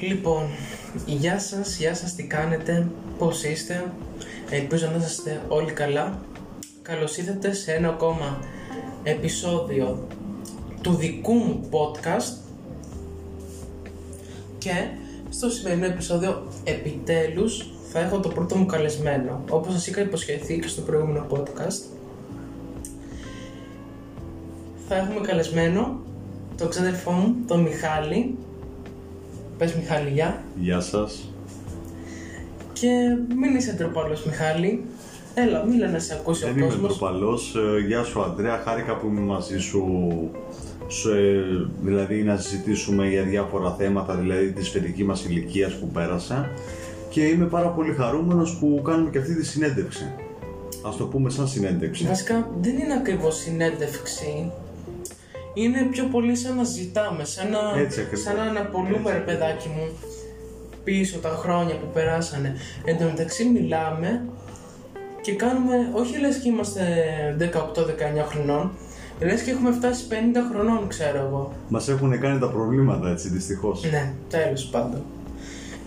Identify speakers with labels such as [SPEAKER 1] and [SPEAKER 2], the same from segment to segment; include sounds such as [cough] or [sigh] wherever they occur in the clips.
[SPEAKER 1] Λοιπόν, γεια σας, γεια σας, τι κάνετε, πώς είστε, ελπίζω να είστε όλοι καλά. Καλώς ήρθατε σε ένα ακόμα επεισόδιο του δικού μου podcast και στο σημερινό επεισόδιο επιτέλους θα έχω το πρώτο μου καλεσμένο, όπως σας είχα υποσχεθεί και στο προηγούμενο podcast. Θα έχουμε καλεσμένο τον ξαδερφό μου, τον Μιχάλη, Πες Μιχάλη, γεια.
[SPEAKER 2] Γεια σας.
[SPEAKER 1] Και μην είσαι ντροπαλός Μιχάλη. Έλα, μίλα να σε ακούσει
[SPEAKER 2] Δεν
[SPEAKER 1] ο
[SPEAKER 2] είμαι
[SPEAKER 1] κόσμος.
[SPEAKER 2] ντροπαλός. Ε, Γεια σου Αντρέα, χάρηκα που είμαι μαζί σου. Σε, δηλαδή να συζητήσουμε για διάφορα θέματα, δηλαδή τη σφαιρική μας ηλικίας που πέρασα. Και είμαι πάρα πολύ χαρούμενος που κάνουμε και αυτή τη συνέντευξη. Ας το πούμε σαν συνέντευξη.
[SPEAKER 1] Βασικά δεν είναι ακριβώς συνέντευξη. Είναι πιο πολύ σαν να ζητάμε, σαν να,
[SPEAKER 2] Έτσι ακριβώς.
[SPEAKER 1] σαν να αναπολούμε
[SPEAKER 2] Έτσι
[SPEAKER 1] ρε παιδάκι μου πίσω τα χρόνια που περάσανε. Εν τω μεταξύ μιλάμε και κάνουμε, όχι λες και είμαστε 18-19 χρονών, λες και έχουμε φτάσει 50 χρονών ξέρω εγώ.
[SPEAKER 2] Μας έχουν κάνει τα προβλήματα έτσι δυστυχώς.
[SPEAKER 1] Ναι, τέλος πάντων.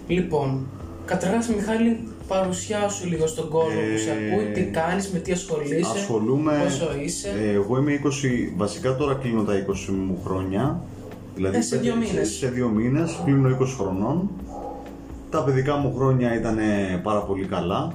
[SPEAKER 1] Λοιπόν, καταρχάς Μιχάλη, παρουσιάσου λίγο στον κόσμο που σε
[SPEAKER 2] Ε,
[SPEAKER 1] ακούει, τι κάνεις, με τι ασχολείσαι,
[SPEAKER 2] Ασχολούμαι.
[SPEAKER 1] πόσο είσαι.
[SPEAKER 2] Ε, εγώ είμαι 20, βασικά τώρα κλείνω τα 20 μου χρόνια. Δηλαδή
[SPEAKER 1] Ε, σε δύο
[SPEAKER 2] πέντε-
[SPEAKER 1] μήνες.
[SPEAKER 2] Σε δύο μήνες, κλείνω 20 χρονών. Τα παιδικά μου χρόνια ήταν πάρα πολύ καλά.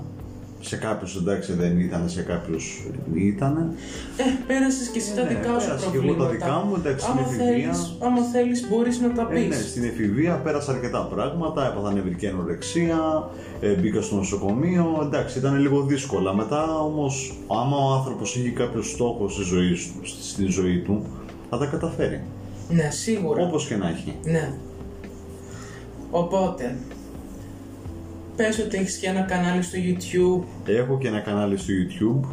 [SPEAKER 2] Σε κάποιους εντάξει δεν ήταν, σε κάποιους ήταν.
[SPEAKER 1] Ε, πέρασες και εσύ τα
[SPEAKER 2] ναι,
[SPEAKER 1] δικά σου
[SPEAKER 2] πέρασα και εγώ τα
[SPEAKER 1] προβλήματα.
[SPEAKER 2] δικά μου, εντάξει,
[SPEAKER 1] άμα
[SPEAKER 2] είναι εφηβεία.
[SPEAKER 1] θέλεις, άμα θέλεις μπορείς να τα
[SPEAKER 2] Ε,
[SPEAKER 1] πεις.
[SPEAKER 2] ναι, στην εφηβεία πέρασα αρκετά πράγματα, έπαθα νευρική ανορεξία, ε, μπήκα στο νοσοκομείο, εντάξει ήταν λίγο δύσκολα. Μετά όμως άμα ο άνθρωπος έχει κάποιος στόχος στη ζωή, σου- στη ζωή του, θα τα καταφέρει.
[SPEAKER 1] Ναι, σίγουρα.
[SPEAKER 2] Όπως και να έχει.
[SPEAKER 1] Ναι. Οπότε, πες ότι έχεις και ένα κανάλι στο YouTube.
[SPEAKER 2] Έχω και ένα κανάλι στο YouTube.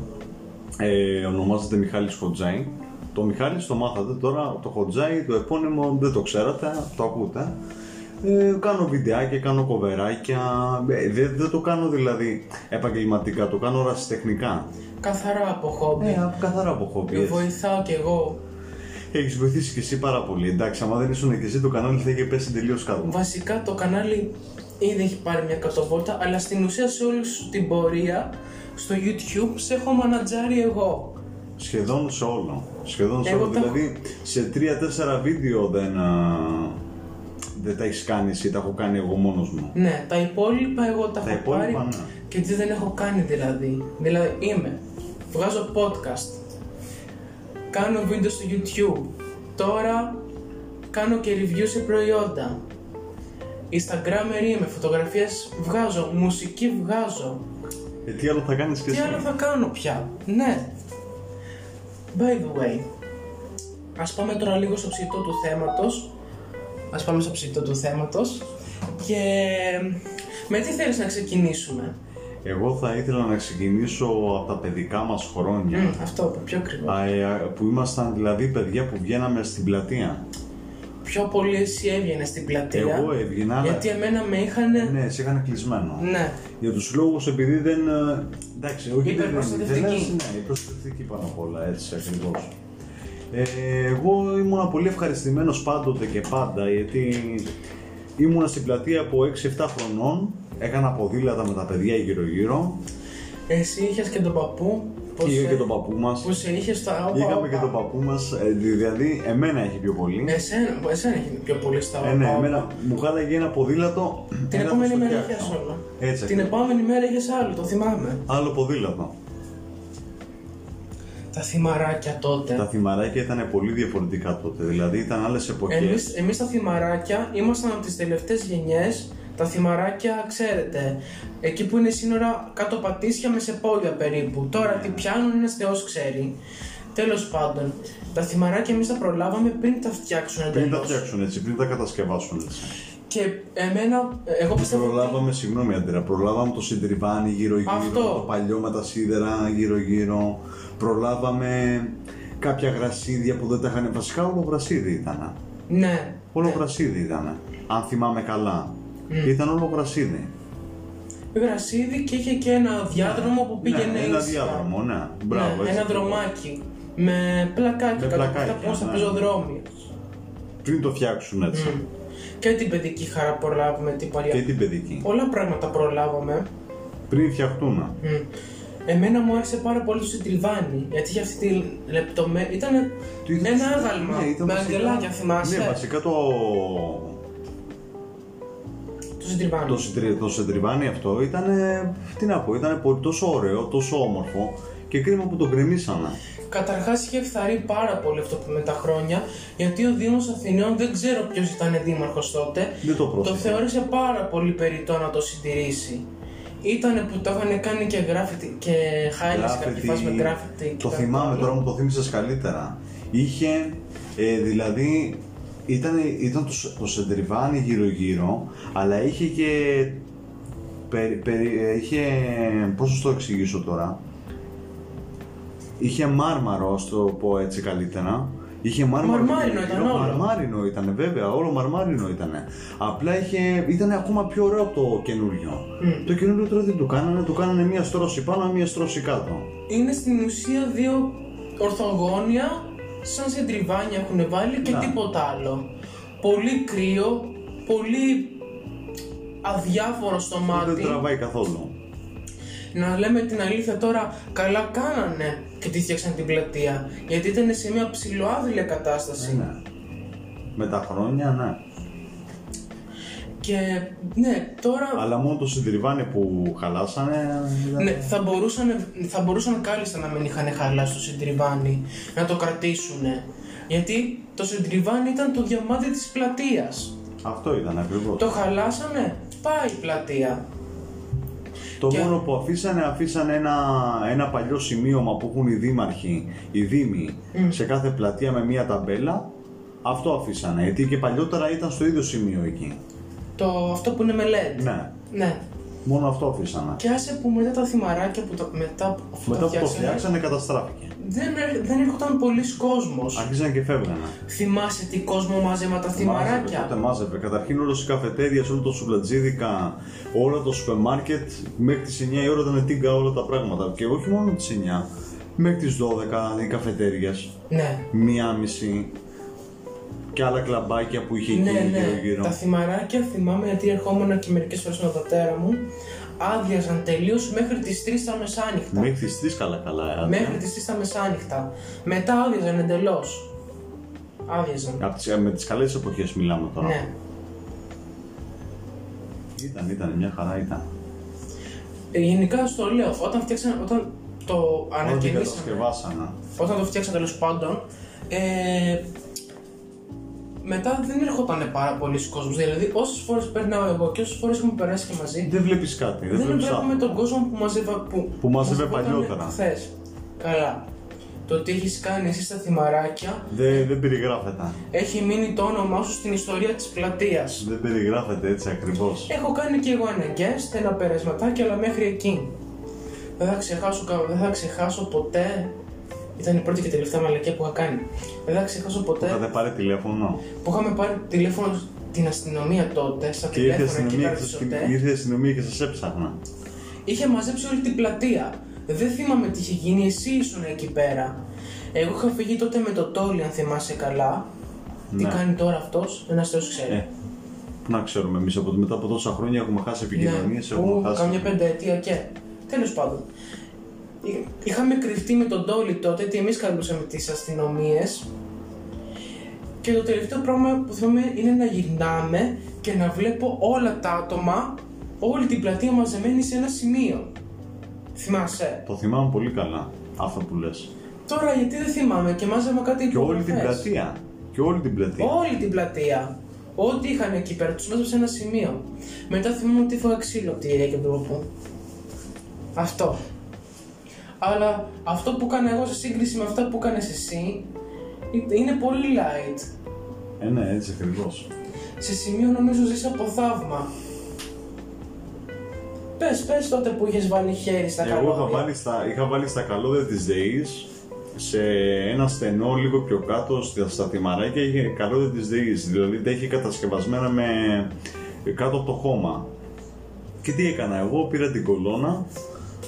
[SPEAKER 2] Ε, ονομάζεται Μιχάλης Χοντζάι. Το Μιχάλης το μάθατε τώρα, το Χοντζάι, το επώνυμο δεν το ξέρατε, το ακούτε. Ε, κάνω βιντεάκια, κάνω κοβεράκια. Ε, δεν, δεν το κάνω δηλαδή επαγγελματικά, το κάνω ρασιτεχνικά.
[SPEAKER 1] Καθαρά από χόμπι.
[SPEAKER 2] Ε, απ' καθαρά από χόμπι. έτσι.
[SPEAKER 1] Βοηθάω κι εγώ.
[SPEAKER 2] Έχεις βοηθήσει και εσύ πάρα πολύ. Εντάξει, άμα δεν ήσουν και εσύ, το κανάλι θα είχε πέσει τελείω κάτω.
[SPEAKER 1] Βασικά το κανάλι ήδη έχει πάρει μια κατοβόλτα, αλλά στην ουσία σε όλη σου την πορεία στο YouTube σε έχω μανατζάρει εγώ.
[SPEAKER 2] Σχεδόν σε όλο. Σχεδόν σε
[SPEAKER 1] Εγώ
[SPEAKER 2] όλο.
[SPEAKER 1] τα έχω-
[SPEAKER 2] Δηλαδή σε 3-4 βίντεο δεν, α, δεν τα έχεις κάνει εσύ, τα έχω κάνει εγώ μόνος μου.
[SPEAKER 1] Ναι, τα υπόλοιπα εγώ τα,
[SPEAKER 2] Τα
[SPEAKER 1] έχω
[SPEAKER 2] υπόλοιπα,
[SPEAKER 1] πάρει
[SPEAKER 2] ναι.
[SPEAKER 1] και τι δεν έχω κάνει δηλαδή. Δηλαδή είμαι, βγάζω podcast, κάνω βίντεο στο YouTube, τώρα κάνω και review σε προϊόντα. Instagrammer είμαι, φωτογραφίες βγάζω, μουσική βγάζω,
[SPEAKER 2] Ε, τι άλλο θα κάνεις και
[SPEAKER 1] Τι
[SPEAKER 2] εσύ.
[SPEAKER 1] άλλο θα κάνω πια. Ναι. By the way, ας πάμε τώρα λίγο στο ψητό του θέματος. Ας πάμε στο ψητό του θέματος. Και με τι θέλεις να ξεκινήσουμε.
[SPEAKER 2] Εγώ θα ήθελα να ξεκινήσω από τα παιδικά μας χρόνια.
[SPEAKER 1] Μμμ, αυτό που πιο ακριβό.
[SPEAKER 2] Ναι. Α, ε, α, Που ήμασταν δηλαδή παιδιά που βγαίναμε στην πλατεία.
[SPEAKER 1] Πιο πολύ εσύ έβγαινες στην πλατεία.
[SPEAKER 2] Εγώ έβγαινα. αλλά-
[SPEAKER 1] γιατί εμένα με είχαν.
[SPEAKER 2] Ναι, σε είχαν κλεισμένο.
[SPEAKER 1] Ναι.
[SPEAKER 2] Για τους λόγους επειδή δεν. ε, Εντάξει, όχι
[SPEAKER 1] Η
[SPEAKER 2] δεν
[SPEAKER 1] υπερπροστατευτική.
[SPEAKER 2] δεν λες, Ναι, η προστατευτική πάνω απ' όλα, έτσι ακριβώς. Ε, εγώ ήμουνα πολύ ευχαριστημένος πάντοτε και πάντα γιατί ήμουνα στην πλατεία από 6-7 χρονών. Έκανα ποδήλατα με τα παιδιά γύρω-γύρω.
[SPEAKER 1] Εσύ είχες και τον παππού. που
[SPEAKER 2] Και
[SPEAKER 1] σε-
[SPEAKER 2] είχα και τον παππού μας.
[SPEAKER 1] Που σε είχε στα. όπα,
[SPEAKER 2] Είχαμε
[SPEAKER 1] όπα.
[SPEAKER 2] και τον παππού μας. Δηλαδή, εμένα έχει πιο πολύ.
[SPEAKER 1] Ε, Εσένα, εσένα είχε πιο πολύ στα.
[SPEAKER 2] Ε, ναι,
[SPEAKER 1] όπα, όπα.
[SPEAKER 2] εμένα μου χάλαγε ένα ποδήλατο.
[SPEAKER 1] Την
[SPEAKER 2] ένα
[SPEAKER 1] επόμενη
[SPEAKER 2] το
[SPEAKER 1] μέρα
[SPEAKER 2] φτιάξα.
[SPEAKER 1] είχε όλα.
[SPEAKER 2] Έτσι.
[SPEAKER 1] Την επόμενη μέρα είχες άλλο, το θυμάμαι.
[SPEAKER 2] Άλλο ποδήλατο.
[SPEAKER 1] Τα θυμαράκια
[SPEAKER 2] Τα
[SPEAKER 1] τότε.
[SPEAKER 2] θυμαράκια ήταν πολύ διαφορετικά τότε. Δηλαδή ήταν άλλες εποχές.
[SPEAKER 1] Εμείς, εμείς τα θυμαράκια ήμασταν από τις τελευταίες γενιές. Τα θυμαράκια, ξέρετε, εκεί που είναι σύνορα κάτω πατήσια με σε πόλια περίπου. Τώρα τι πιάνουν ένας θεός ξέρει. Τέλος πάντων, τα θυμαράκια εμείς τα προλάβαμε πριν τα φτιάξουν
[SPEAKER 2] Πριν τα
[SPEAKER 1] εντελώς.
[SPEAKER 2] φτιάξουν έτσι, πριν τα κατασκευάσουν έτσι.
[SPEAKER 1] Και εμένα, εγώ πιστεύω ότι
[SPEAKER 2] Προλάβαμε, συγγνώμη Αντέρα, προλάβαμε το συντριβάνι γύρω-γύρω,
[SPEAKER 1] Αυτό.
[SPEAKER 2] το παλιό με τα σίδερα γύρω-γύρω. Προλάβαμε κάποια γρασίδια που δεν τα είχαν. Βασικά όλο γρασίδι ήταν.
[SPEAKER 1] ναι,
[SPEAKER 2] Όλο γρασίδι ήταν. Αν θυμάμαι καλά. Ήταν όλο γρασίδι.
[SPEAKER 1] γρασίδι και είχε και ένα διάδρομο που πήγαινε
[SPEAKER 2] ναι, ένα
[SPEAKER 1] ίσια.
[SPEAKER 2] διάδρομο, ναι.
[SPEAKER 1] Ναι,
[SPEAKER 2] Μπράβο, έτσι.
[SPEAKER 1] ένα δρομάκι με πλακάκι
[SPEAKER 2] Με
[SPEAKER 1] κάτω από
[SPEAKER 2] πλακάκια,
[SPEAKER 1] αυτά που ήταν στα
[SPEAKER 2] ναι.
[SPEAKER 1] πεζοδρόμια.
[SPEAKER 2] Πριν το φτιάξουν έτσι.
[SPEAKER 1] Και την παιδική χαρά προλάβαμε, την
[SPEAKER 2] και
[SPEAKER 1] παλιά.
[SPEAKER 2] την παιδική.
[SPEAKER 1] Πολλά πράγματα προλάβαμε.
[SPEAKER 2] Πριν φτιαχτούν.
[SPEAKER 1] Μμ. Εμένα μου άρεσε πάρα πολύ το Σιτριβάνι, γιατί είχε αυτή τη λεπτομέρεια. Ήταν ένα άγαλμα με αγγελάκια, θυμάσαι.
[SPEAKER 2] Ναι, βασικά το.
[SPEAKER 1] Το Σιτριβάνι.
[SPEAKER 2] Το, συντρι... το συντριβάνι αυτό ήταν. Τι να πω, ήταν πολύ, τόσο ωραίο, τόσο όμορφο και κρίμα που το γκρεμίσανε.
[SPEAKER 1] Καταρχάς είχε φθαρεί πάρα πολύ αυτό που με τα χρόνια, γιατί ο Δήμος Αθηναίων δεν ξέρω ποιος ήταν δήμαρχος τότε,
[SPEAKER 2] Δεν το
[SPEAKER 1] το
[SPEAKER 2] πρόσεξε.
[SPEAKER 1] θεώρησε πάρα πολύ περιττό να το συντηρήσει. Ήτανε που το είχαν κάνει και γράφιτι και χάρη σε κάποια
[SPEAKER 2] Γράφιτι.
[SPEAKER 1] φάση με γράφιτι. και
[SPEAKER 2] Το
[SPEAKER 1] τα
[SPEAKER 2] θυμάμαι
[SPEAKER 1] άλλα.
[SPEAKER 2] τώρα, μου το θύμισες καλύτερα. Είχε, ε, δηλαδή, ήταν, ήταν το, σ- το σεντριβάνι γύρω-γύρω, αλλά είχε και. Περι, περι- ε, είχε, πώς να σου το εξηγήσω τώρα. Είχε μάρμαρο, στο το πω έτσι καλύτερα. Είχε μάρμαρο.
[SPEAKER 1] Μαρμάρινο
[SPEAKER 2] γύρω-γύρω.
[SPEAKER 1] ήταν όλο.
[SPEAKER 2] Μαρμάρινο ήταν, βέβαια, όλο μαρμάρινο ήταν. Απλά είχε, ήταν ακόμα πιο ωραίο από το καινούριο.
[SPEAKER 1] Μμ.
[SPEAKER 2] Το καινούριο τώρα δεν το κάνανε, το κάνανε μία στρώση πάνω, μία στρώση κάτω.
[SPEAKER 1] Είναι στην ουσία δύο ορθογόνια, σαν σε τριβάνια έχουν βάλει και
[SPEAKER 2] Να.
[SPEAKER 1] τίποτα άλλο. Πολύ κρύο, πολύ αδιάφορο στο
[SPEAKER 2] Δεν
[SPEAKER 1] μάτι.
[SPEAKER 2] τραβάει καθόλου.
[SPEAKER 1] Να λέμε την αλήθεια τώρα, καλά κάνανε και τη φτιάξαν την πλατεία. Γιατί ήταν σε μια ψηλοάδηλια κατάσταση.
[SPEAKER 2] Ναι. Με τα χρόνια, ναι.
[SPEAKER 1] Και ναι, τώρα.
[SPEAKER 2] Αλλά μόνο το συντριβάνι που χαλάσανε. ήταν-
[SPEAKER 1] Ναι, θα μπορούσαν, θα μπορούσαν κάλλιστα να μην είχαν χαλάσει το συντριβάνι, να το κρατήσουνε. Γιατί το συντριβάνι ήταν το διαμάντι της πλατείας.
[SPEAKER 2] Αυτό ήταν ακριβώς.
[SPEAKER 1] Το
[SPEAKER 2] Το,
[SPEAKER 1] χαλάσανε, πάει η πλατεία. και-
[SPEAKER 2] μόνο που αφήσανε, αφήσανε ένα, ένα παλιό σημείωμα που έχουν οι δήμαρχοι, οι δήμοι, σε κάθε πλατεία με μία ταμπέλα. Αυτό αφήσανε. Γιατί και παλιότερα ήταν στο ίδιο σημείο εκεί.
[SPEAKER 1] Το, αυτό που είναι με LED.
[SPEAKER 2] Ναι.
[SPEAKER 1] Ναι.
[SPEAKER 2] Μόνο αυτό αφήσανε.
[SPEAKER 1] Και άσε που μετά τα θυμαράκια που τα, μετά, που- αφού
[SPEAKER 2] Μετά
[SPEAKER 1] τα
[SPEAKER 2] που το
[SPEAKER 1] φτιάξανε,
[SPEAKER 2] φτιάξανε, καταστράφηκε.
[SPEAKER 1] δεν, έρ- δεν έρχονταν πολλοί κόσμος.
[SPEAKER 2] Άρχισαν και φεύγανε.
[SPEAKER 1] Θυμάσαι τι κόσμο μάζεμα τα
[SPEAKER 2] Μάζευε, τότε
[SPEAKER 1] θυμαράκια.
[SPEAKER 2] μάζευε. Καταρχήν όλε οι καφετέρειε, όλα τα σουβλατζίδικα, όλα τα σούπερ μάρκετ μέχρι τις 9 η ώρα ήταν τίγκα όλα τα πράγματα. Και όχι μόνο τις 9, μέχρι τις 12 οι καφετέρειε,
[SPEAKER 1] Ναι.
[SPEAKER 2] μία μισή και άλλα κλαμπάκια που είχε εκεί
[SPEAKER 1] Ναι, ναι.
[SPEAKER 2] γύρω-γύρω.
[SPEAKER 1] Τα θυμαράκια θυμάμαι γιατί ερχόμουν και μερικές φορές με τον πατέρα μου. Άδειαζαν τελείως μέχρι τις 3 τα μεσάνυχτα.
[SPEAKER 2] Μέχρι τις 3 καλά-καλά.
[SPEAKER 1] Μέχρι τις 3 τα μεσάνυχτα. Μετά άδειαζαν εντελώς. Άδειαζαν.
[SPEAKER 2] Από τις, με τις καλές εποχές μιλάμε τώρα.
[SPEAKER 1] Ναι.
[SPEAKER 2] Ήταν, ήταν, μια χαρά ήταν.
[SPEAKER 1] Ε, Γενικά στο λέω, όταν φτιάξαν, όταν το
[SPEAKER 2] Όλα την
[SPEAKER 1] ανακαινήσαν,
[SPEAKER 2] κατασκευάσανε.
[SPEAKER 1] όταν το φτιάξαν τέλος πάντων, ε, μετά δεν ερχόταν πάρα πολλοί κόσμος, Δηλαδή, όσες φορές περνάω εγώ και όσες φορές έχουμε περάσει και μαζί,
[SPEAKER 2] Δεν βλέπεις κάτι, δεν,
[SPEAKER 1] Δεν
[SPEAKER 2] βλέπεις
[SPEAKER 1] βλέπουμε
[SPEAKER 2] άτομα.
[SPEAKER 1] τον κόσμο που μαζεύα, που,
[SPEAKER 2] Που μάζευε παλιότερα.
[SPEAKER 1] Χθες. Καλά. Το τι έχεις κάνει εσύ στα θυμαράκια
[SPEAKER 2] Δεν, δεν περιγράφεται.
[SPEAKER 1] έχει μείνει το όνομά σου στην ιστορία της πλατείας.
[SPEAKER 2] Δεν περιγράφεται έτσι ακριβώς.
[SPEAKER 1] Έχω κάνει και εγώ ένα guest, ένα περασματάκι, αλλά μέχρι εκεί. Δεν θα ξεχάσω, κα- δεν θα ξεχάσω ποτέ. Ήταν η πρώτη και τελευταία μαλακία που είχα κάνει. Δεν θα ξεχάσω ποτέ
[SPEAKER 2] Είχατε πάρει τηλέφωνο.
[SPEAKER 1] που είχαμε πάρει τηλέφωνο στην αστυνομία τότε, στα
[SPEAKER 2] Και ήρθε η
[SPEAKER 1] τηλέφωνα και
[SPEAKER 2] αστυνομία
[SPEAKER 1] τα
[SPEAKER 2] και σας-
[SPEAKER 1] ριζωτέ.
[SPEAKER 2] ήρθε η αστυνομία και σας έψαχνα.
[SPEAKER 1] είχε μαζέψει όλη την πλατεία. Δεν θυμάμαι τι είχε γίνει, εσύ ήσουν εκεί πέρα. Εγώ είχα φύγει τότε με το Τόλι, αν θυμάσαι καλά. Τι
[SPEAKER 2] Ναι.
[SPEAKER 1] κάνει τώρα αυτός, ένα θεό ξέρει.
[SPEAKER 2] Ε, πού να ξέρουμε εμείς από μετά από τόσα χρόνια έχουμε χάσει επικοινωνίες,
[SPEAKER 1] Ου,
[SPEAKER 2] έχουμε χάσει.
[SPEAKER 1] Ναι. Καμιά πενταετία και. Τέλος πάντων. Ε, Είχαμε κρυφτεί με τον Τόλι τότε ότι εμείς καλούσαμε τις αστυνομίες. Και το τελευταίο πράγμα που θυμάμαι είναι να γυρνάμε και να βλέπω όλα τα άτομα, όλη την πλατεία μαζεμένη σε ένα σημείο. Θυμάσαι.
[SPEAKER 2] Το θυμάμαι πολύ καλά αυτό που λες.
[SPEAKER 1] Τώρα γιατί δεν θυμάμαι και μάζεμα κάτι
[SPEAKER 2] Και όλη την
[SPEAKER 1] υπογραφές.
[SPEAKER 2] πλατεία. Και όλη την πλατεία.
[SPEAKER 1] Όλη την πλατεία. Ό,τι είχαν εκεί πέρα, τους μάζεψε ένα σημείο. Μετά θυμάμαι ότι έφαγα ξύλο από τη γυρία και από τον παππού. Αυτό. Αλλά αυτό που έκανα εγώ σε σύγκριση με αυτά που έκανε εσύ είναι πολύ light.
[SPEAKER 2] Ε, ναι, έτσι ακριβώς.
[SPEAKER 1] Σε σημείο νομίζω ζεις από θαύμα. Πες, πες τότε που είχες βάλει χέρι στα
[SPEAKER 2] Εγώ
[SPEAKER 1] καλώδια.
[SPEAKER 2] είχα βάλει, στα, είχα βάλει στα καλώδια της ΔΕΗ σε ένα στενό λίγο πιο κάτω στα, στα θυμαράκια είχε καλώδια της ΔΕΗ. Δηλαδή τα είχε κατασκευασμένα με κάτω από το χώμα. Και τι έκανα εγώ, πήρα την κολόνα,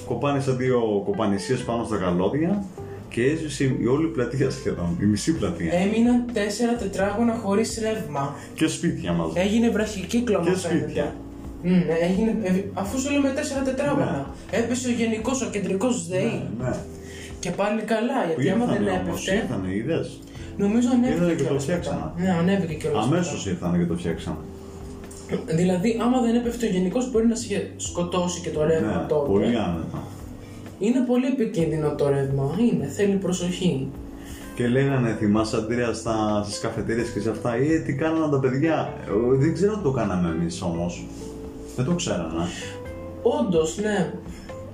[SPEAKER 2] κοπάνισα δύο κοπανισίες πάνω στα καλώδια Και έσβησε η όλη πλατεία σχεδόν, η μισή πλατεία.
[SPEAKER 1] Ε. Έμειναν τέσσερα τετράγωνα χωρίς ρεύμα.
[SPEAKER 2] Και σπίτια μαζί.
[SPEAKER 1] Έγινε βραχικύκλωμα.
[SPEAKER 2] Και
[SPEAKER 1] φαίνεται.
[SPEAKER 2] σπίτια.
[SPEAKER 1] Μμμ, έγινε, ε, αφού σου λέμε τέσσερα τετράγωνα. Έπεσε ο γενικός, ο κεντρικός ΔΕΗ.
[SPEAKER 2] Ναι, ναι.
[SPEAKER 1] Και πάλι καλά,
[SPEAKER 2] Που
[SPEAKER 1] ε, γιατί άμα δεν
[SPEAKER 2] ήρθανε όμως,
[SPEAKER 1] έπεφτε.
[SPEAKER 2] ήρθανε, είδες.
[SPEAKER 1] Νομίζω ανέβηκε.
[SPEAKER 2] Ήρθανε και το
[SPEAKER 1] κιόλας
[SPEAKER 2] φτιάξανε.
[SPEAKER 1] μετά. Ναι, ανέβηκε και
[SPEAKER 2] Αμέσω ήρθανε και το φτιάξανε.
[SPEAKER 1] Δηλαδή, άμα δεν έπεφτε ο γενικός, μπορεί να σε είχε σκοτώσει και το ρεύμα
[SPEAKER 2] Ναι,
[SPEAKER 1] τότε.
[SPEAKER 2] πολύ άνετα.
[SPEAKER 1] Είναι πολύ επικίνδυνο το ρεύμα. Είναι, θέλει προσοχή.
[SPEAKER 2] Και λέγανε, θυμάσαι Αντρέα στα... στις καφετέρειες και σε αυτά, ε, τι κάνανε τα παιδιά. Ε, δεν ξέρω τι το κάναμε εμείς όμως. Δεν το ξέρανε.
[SPEAKER 1] Όντως, ναι.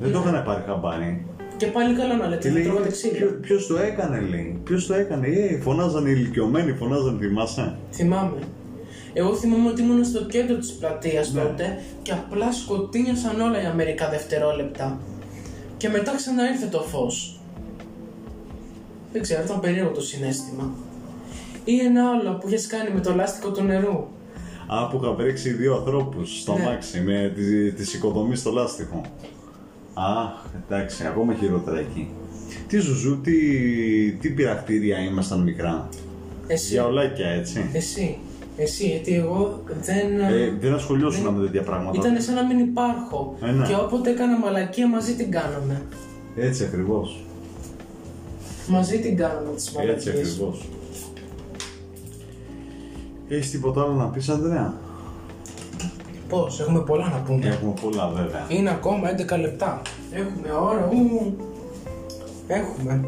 [SPEAKER 2] Δεν το είχαν πάρει χαμπάρι.
[SPEAKER 1] Και πάλι καλά να λέτε, δεν τρώγατε ξύλο.
[SPEAKER 2] Ποιο το έκανε, λέει. Ποιος το έκανε, ε, φωνάζαν οι ηλικιωμένοι, φωνάζαν, θυμάσαι.
[SPEAKER 1] Θυμάμαι. Εγώ θυμάμαι ότι ήμουν στο κέντρο της πλατείας
[SPEAKER 2] Ναι.
[SPEAKER 1] τότε και απλά σκοτίνιασαν όλα για μερικά δευτερόλεπτα. Και μετά ξαναήρθε το φως. Δεν ξέρω, ήταν περίεργο το συνέστημα. Ή ένα άλλο που είχες κάνει με το λάστιχο του νερού.
[SPEAKER 2] Α, που είχα βρέξει δύο ανθρώπους στο
[SPEAKER 1] Ναι.
[SPEAKER 2] αμάξι με τη, τη οικοδομής στο λάστιχο. Αχ, εντάξει, ακόμα χειρότερα εκεί. Τι ζουζού, τι, τι πειρακτήρια ήμασταν μικρά.
[SPEAKER 1] Εσύ,
[SPEAKER 2] Για ολάκια, έτσι.
[SPEAKER 1] εσύ, εσύ, γιατί εγώ δεν...
[SPEAKER 2] Ε, δεν ασχολιώσουν με τέτοια πράγματα.
[SPEAKER 1] Ήταν σαν να μην υπάρχω.
[SPEAKER 2] Ε, ναι.
[SPEAKER 1] Και όποτε έκανα μαλακία μαζί την κάναμε.
[SPEAKER 2] Έτσι ακριβώς.
[SPEAKER 1] Μαζί την κάναμε τις
[SPEAKER 2] Έτσι
[SPEAKER 1] μαλακίες.
[SPEAKER 2] ακριβώς. Έχεις τίποτα άλλο να πεις, Αντρέα.
[SPEAKER 1] Πώς, έχουμε πολλά να πούμε.
[SPEAKER 2] Έχουμε πολλά βέβαια.
[SPEAKER 1] Είναι ακόμα 11 λεπτά. Έχουμε ώρα. Ου, έχουμε.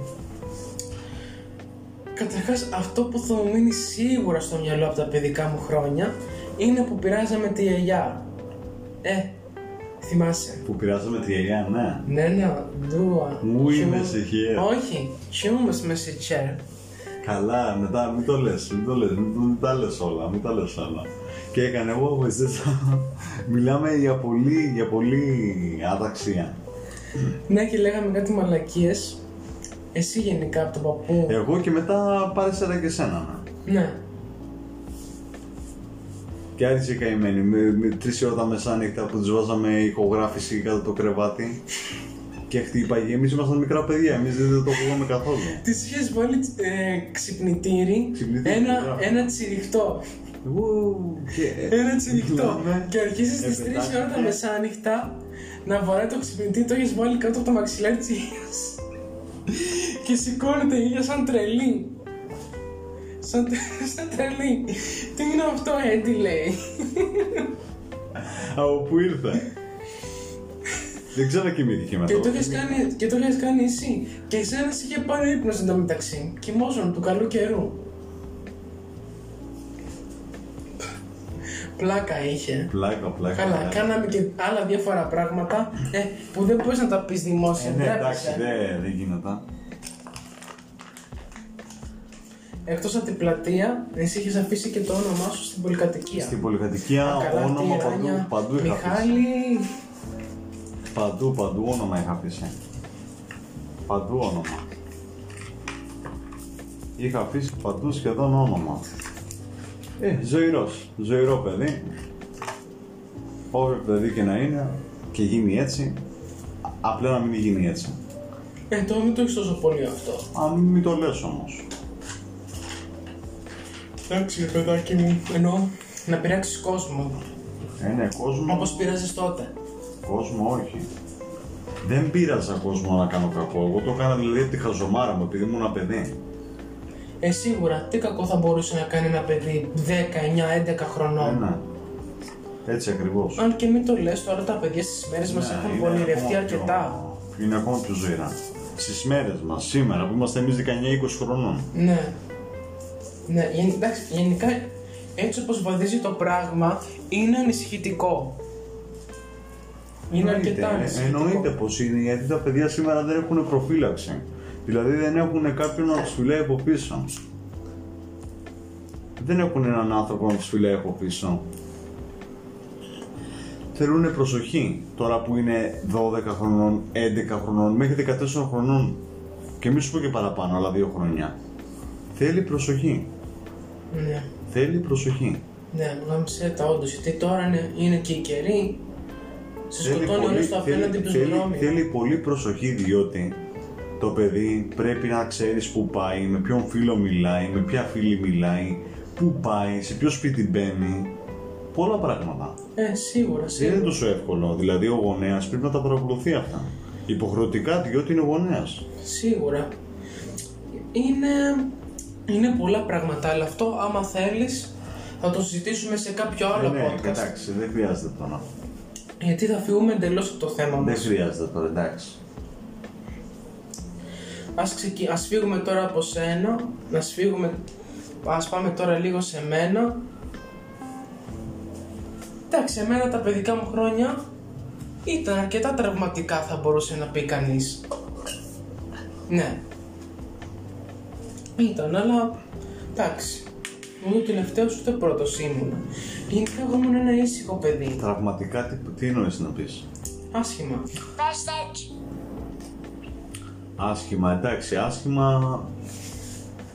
[SPEAKER 1] Καταρχάς αυτό που θα μου μείνει σίγουρα στο μυαλό από τα παιδικά μου χρόνια είναι που πειράζαμε τη γιαγιά. Ε, θυμάσαι.
[SPEAKER 2] Που πειράζαμε τη γιαγιά, ναι.
[SPEAKER 1] Ναι, ναι, ντούα.
[SPEAKER 2] Μου
[SPEAKER 1] Χιούμ-
[SPEAKER 2] είμαι σε χέρι.
[SPEAKER 1] Όχι, χιούμες με σε chair.
[SPEAKER 2] Καλά, μετά μην το λες, μην το λες, μην, μην τα λες όλα, μην τα λες όλα. Και έκανε εγώ, εσείς Μιλάμε για πολύ, για πολύ αταξία.
[SPEAKER 1] Ναι, και λέγαμε κάτι μαλακίες. Εσύ γενικά από τον παππού.
[SPEAKER 2] Εγώ και μετά πάρεσαι και σένα. ναι.
[SPEAKER 1] Ναι.
[SPEAKER 2] Και άρχισε η καημένη. Με, με τρεις ώρα τα μεσάνυχτα που τους βάζαμε ηχογράφηση κάτω από το κρεβάτι. και χτύπαγε. Εμείς ήμασταν μικρά παιδιά. Εμείς δεν το ακούγαμε καθόλου.
[SPEAKER 1] Τη είχε βάλει ε, ξυπνητήρι,
[SPEAKER 2] Ξυπνητήρι,
[SPEAKER 1] ένα,
[SPEAKER 2] μπράβο.
[SPEAKER 1] ένα τσιριχτό.
[SPEAKER 2] Ου, και-
[SPEAKER 1] Ένα τσιριχτό.
[SPEAKER 2] Ναι.
[SPEAKER 1] Ε, και αρχίζεις στις 3
[SPEAKER 2] Επετάχθηκε.
[SPEAKER 1] ώρα τα μεσάνυχτα να βαράει το ξυπνητήρι, το έχεις βάλει κάτω από το μαξιλάρι της και σηκώνεται η ήλια σαν τρελή. Σαν, τε- [laughs] σαν τρελή. Τι είναι αυτό, Έντι λέει.
[SPEAKER 2] Από πού ήρθε. δεν ξανακοιμήθηκε μετά.
[SPEAKER 1] και το έχει κάνει, και το έχεις κάνει εσύ. Και εσένα σε είχε πάρει ύπνος εντωμεταξύ. Κοιμόσον του καλού καιρού. Πλάκα είχε.
[SPEAKER 2] Πλάκα, πλάκα.
[SPEAKER 1] Καλά,
[SPEAKER 2] πλάκα.
[SPEAKER 1] κάναμε και άλλα διάφορα πράγματα ε, που δεν μπορείς να τα πεις δημόσια.
[SPEAKER 2] Ε, ναι, εντάξει,
[SPEAKER 1] ντρέπεσαι.
[SPEAKER 2] δεν δεν γίνονταν.
[SPEAKER 1] Εκτός από την πλατεία, εσύ είχες αφήσει και το όνομά σου στην πολυκατοικία. Ε,
[SPEAKER 2] Στην πολυκατοικία
[SPEAKER 1] Καλά,
[SPEAKER 2] όνομα
[SPEAKER 1] τι
[SPEAKER 2] παντού,
[SPEAKER 1] ράνια.
[SPEAKER 2] παντού είχα αφήσει.
[SPEAKER 1] Μιχάλη,
[SPEAKER 2] Παντού, παντού όνομα είχα αφήσει. Παντού όνομα. Είχα αφήσει παντού σχεδόν όνομα. Ε, ζωηρός, ζωηρό παιδί. Όποιο παιδί και να είναι και γίνει έτσι, α- απλά να μην γίνει έτσι.
[SPEAKER 1] ε, το μην το έχεις τόσο πολύ αυτό.
[SPEAKER 2] Αν μην το λες όμως.
[SPEAKER 1] Εντάξει, παιδάκι μου. Ενώ να πειράξεις κόσμο.
[SPEAKER 2] Ε, ναι, κόσμο,
[SPEAKER 1] Όπως πειράζεις τότε.
[SPEAKER 2] κόσμο όχι. Δεν πείραζα κόσμο να κάνω κακό. Εγώ το έκανα δηλαδή από τη χαζομάρα μου, επειδή ήμουν παιδί.
[SPEAKER 1] Ε, σίγουρα, τι κακό θα μπορούσε να κάνει ένα παιδί 10, 9, 11 χρονών.
[SPEAKER 2] Ναι. Έτσι ακριβώς.
[SPEAKER 1] Αν και μην το λες, τώρα τα παιδιά στις μέρες μας
[SPEAKER 2] Ναι,
[SPEAKER 1] έχουν πονηρευτεί αρκετά.
[SPEAKER 2] Είναι ακόμα πιο ζωηρά. Στις μέρες μας, σήμερα που είμαστε εμείς 19-20 χρονών.
[SPEAKER 1] Ναι. Ναι, γεν- εντάξει, γενικά έτσι όπως βαδίζει το πράγμα είναι ανησυχητικό. Είναι αρκετά
[SPEAKER 2] Εννοείται, ε,
[SPEAKER 1] ανησυχητικό.
[SPEAKER 2] εννοείται πως είναι, γιατί τα παιδιά σήμερα δεν έχουν προφύλαξη. Δηλαδή δεν έχουν κάποιον να τους φυλάει από πίσω. Δεν έχουν έναν άνθρωπο να τους φυλάει από πίσω. Θέλουν προσοχή τώρα που είναι 12 χρονών, 11 χρονών, μέχρι 14 χρονών. Και μη σου πω και παραπάνω, άλλα δύο χρονιά. Θέλει προσοχή.
[SPEAKER 1] Ναι,
[SPEAKER 2] Θέλει προσοχή.
[SPEAKER 1] ναι, γάμισε τα όντως, γιατί τώρα είναι, είναι και οι καιροί. Σε
[SPEAKER 2] Θέλει
[SPEAKER 1] σκοτώνει
[SPEAKER 2] πολύ-
[SPEAKER 1] όλους το
[SPEAKER 2] θέλει-
[SPEAKER 1] απέναντι τους
[SPEAKER 2] θέλει-
[SPEAKER 1] δρόμοι.
[SPEAKER 2] Θέλει πολύ προσοχή διότι Το παιδί πρέπει να ξέρεις που πάει, με ποιον φίλο μιλάει, με ποια φίλη μιλάει, που πάει, σε ποιο σπίτι μπαίνει. Πολλά πράγματα.
[SPEAKER 1] Ε, σίγουρα,
[SPEAKER 2] Δεν είναι
[SPEAKER 1] σίγουρα.
[SPEAKER 2] τόσο εύκολο. Δηλαδή, ο γονέας πρέπει να τα παρακολουθεί αυτά. Υποχρεωτικά διότι είναι γονέας.
[SPEAKER 1] Σίγουρα. Είναι, είναι πολλά πράγματα, αλλά αυτό άμα θέλεις θα το συζητήσουμε σε κάποιο άλλο podcast.
[SPEAKER 2] Ε, ναι, εντάξει, δεν χρειάζεται τώρα.
[SPEAKER 1] Γιατί θα φύγουμε εντελώς από το θέμα
[SPEAKER 2] Δεν
[SPEAKER 1] μας.
[SPEAKER 2] χρειάζεται τώρα, εντάξει.
[SPEAKER 1] Ας, ξεκι... ας φύγουμε τώρα από σένα, να σφύγουμε... Ας πάμε τώρα λίγο σε μένα. Εντάξει, εμένα τα παιδικά μου χρόνια ήταν αρκετά τραυματικά θα μπορούσε να πει κανείς. Ναι. Ήταν, αλλά εντάξει. Ούτε τελευταίος ούτε πρώτος ήμουνα. Γενικά εγώ ήμουν ένα ήσυχο παιδί.
[SPEAKER 2] Τραυματικά τι, τι εννοείς να πεις.
[SPEAKER 1] Άσχημα.
[SPEAKER 2] Άσχημα, εντάξει, άσχημα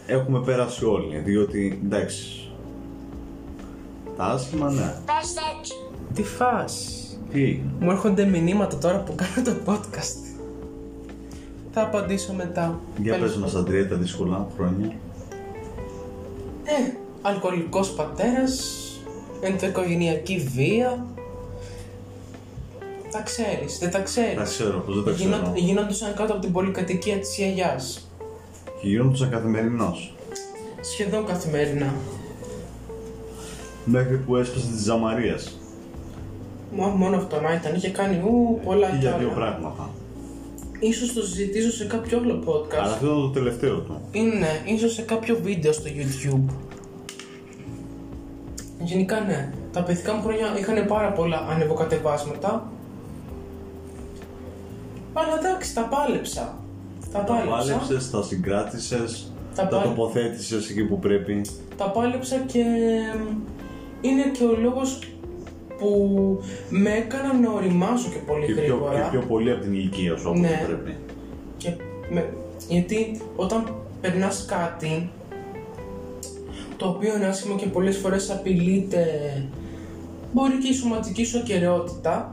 [SPEAKER 2] έχουμε πέρασει όλοι, διότι εντάξει. Τα άσχημα, ναι.
[SPEAKER 1] Τι φας.
[SPEAKER 2] Τι,
[SPEAKER 1] Μου έρχονται μηνύματα τώρα που κάνω το podcast. Θα απαντήσω μετά.
[SPEAKER 2] για
[SPEAKER 1] Παίρνω-
[SPEAKER 2] πες μας Αντρία τα δύσκολα χρόνια.
[SPEAKER 1] Ε, αλκοολικός πατέρας, ενδοοικογενειακή βία. Τα ξέρεις, δεν τα
[SPEAKER 2] Τα
[SPEAKER 1] ξέρεις.
[SPEAKER 2] ξέρω, πως δεν τα
[SPEAKER 1] Γινό-
[SPEAKER 2] ξέρω.
[SPEAKER 1] Γινόντουσαν κάτω από την πολυκατοικία της γιαγιάς.
[SPEAKER 2] Και γινόντουσαν καθημερινός.
[SPEAKER 1] Σχεδόν καθημερινά.
[SPEAKER 2] Μέχρι που έσπασε τη Ζαμαρία.
[SPEAKER 1] Μό- μόνο αυτό να ήταν, είχε κάνει ου, πολλά κι
[SPEAKER 2] Ε, για δύο
[SPEAKER 1] άλλα.
[SPEAKER 2] πράγματα.
[SPEAKER 1] Ίσως το συζητήσω σε κάποιο άλλο
[SPEAKER 2] Αλλά
[SPEAKER 1] podcast.
[SPEAKER 2] αυτό ήταν το τελευταίο του.
[SPEAKER 1] Είναι, ίσως σε κάποιο βίντεο στο YouTube. Γενικά ναι, τα παιδικά μου χρόνια είχαν πάρα πολλά ανεβοκατεβάσματα. Αλλά εντάξει, τα πάλεψα. Τα
[SPEAKER 2] Τα
[SPEAKER 1] πάλεψα.
[SPEAKER 2] πάλεψες, τα συγκράτησες,
[SPEAKER 1] Τα
[SPEAKER 2] τα,
[SPEAKER 1] πάλε- Ε,
[SPEAKER 2] τοποθέτησες εκεί που πρέπει.
[SPEAKER 1] τα πάλεψα και είναι και ο λόγος που με έκανα να οριμάσω και πολύ
[SPEAKER 2] Και πιο,
[SPEAKER 1] γρήγορα.
[SPEAKER 2] και πιο πολύ από την ηλικία σου από
[SPEAKER 1] Ναι.
[SPEAKER 2] ό,τι πρέπει.
[SPEAKER 1] Και με- γιατί όταν περνάς κάτι το οποίο είναι άσχημο και πολλές φορές απειλείται μπορεί και η σωματική σου ακαιρεότητα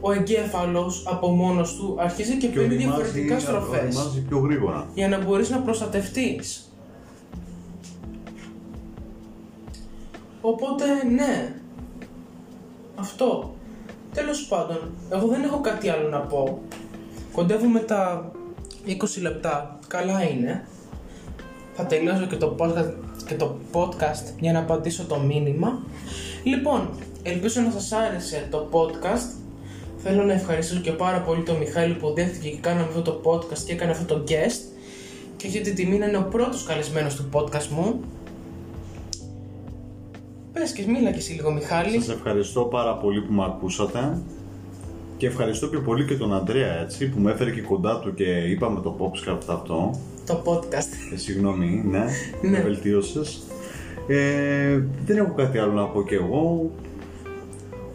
[SPEAKER 1] ο εγκέφαλος από μόνος του αρχίζει και,
[SPEAKER 2] Και
[SPEAKER 1] παίρνει
[SPEAKER 2] οριμάζει-
[SPEAKER 1] διαφορετικά στροφές
[SPEAKER 2] οριμάζει πιο γρήγορα.
[SPEAKER 1] για να μπορείς να προστατευτείς. Οπότε, ναι. Αυτό. Τέλος πάντων, εγώ δεν έχω κάτι άλλο να πω. Κοντεύουμε τα 20 λεπτά. Καλά είναι. Θα τελειώσω και το podcast, και το podcast για να απαντήσω το μήνυμα. Λοιπόν, ελπίζω να σας άρεσε το podcast. Θέλω να ευχαριστήσω και πάρα πολύ τον Μιχάλη που δέχτηκε και κάναμε αυτό το podcast και έκανε αυτό το guest. Και είχε την τιμή να είναι ο πρώτος καλεσμένος του podcast μου. Πες και μίλα και εσύ λίγο Μιχάλη.
[SPEAKER 2] Σας ευχαριστώ πάρα πολύ που με ακούσατε και ευχαριστώ πιο πολύ και τον Αντρέα έτσι που με έφερε και κοντά του και είπαμε το Popscraft αυτό.
[SPEAKER 1] Το podcast.
[SPEAKER 2] Ε, συγγνώμη, ναι, με βελτίωσες. Ε, δεν έχω κάτι άλλο να πω κι εγώ.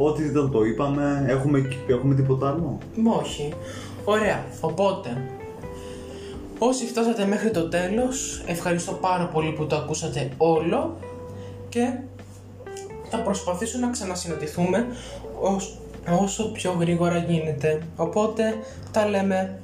[SPEAKER 2] Ό,τι ήταν το είπαμε, έχουμε, έχουμε τίποτα άλλο.
[SPEAKER 1] Μ, όχι. Ωραία. Οπότε, όσοι φτάσατε μέχρι το τέλος, ευχαριστώ πάρα πολύ που το ακούσατε όλο και θα προσπαθήσω να ξανασυναντηθούμε ως- όσο πιο γρήγορα γίνεται. Οπότε, τα λέμε.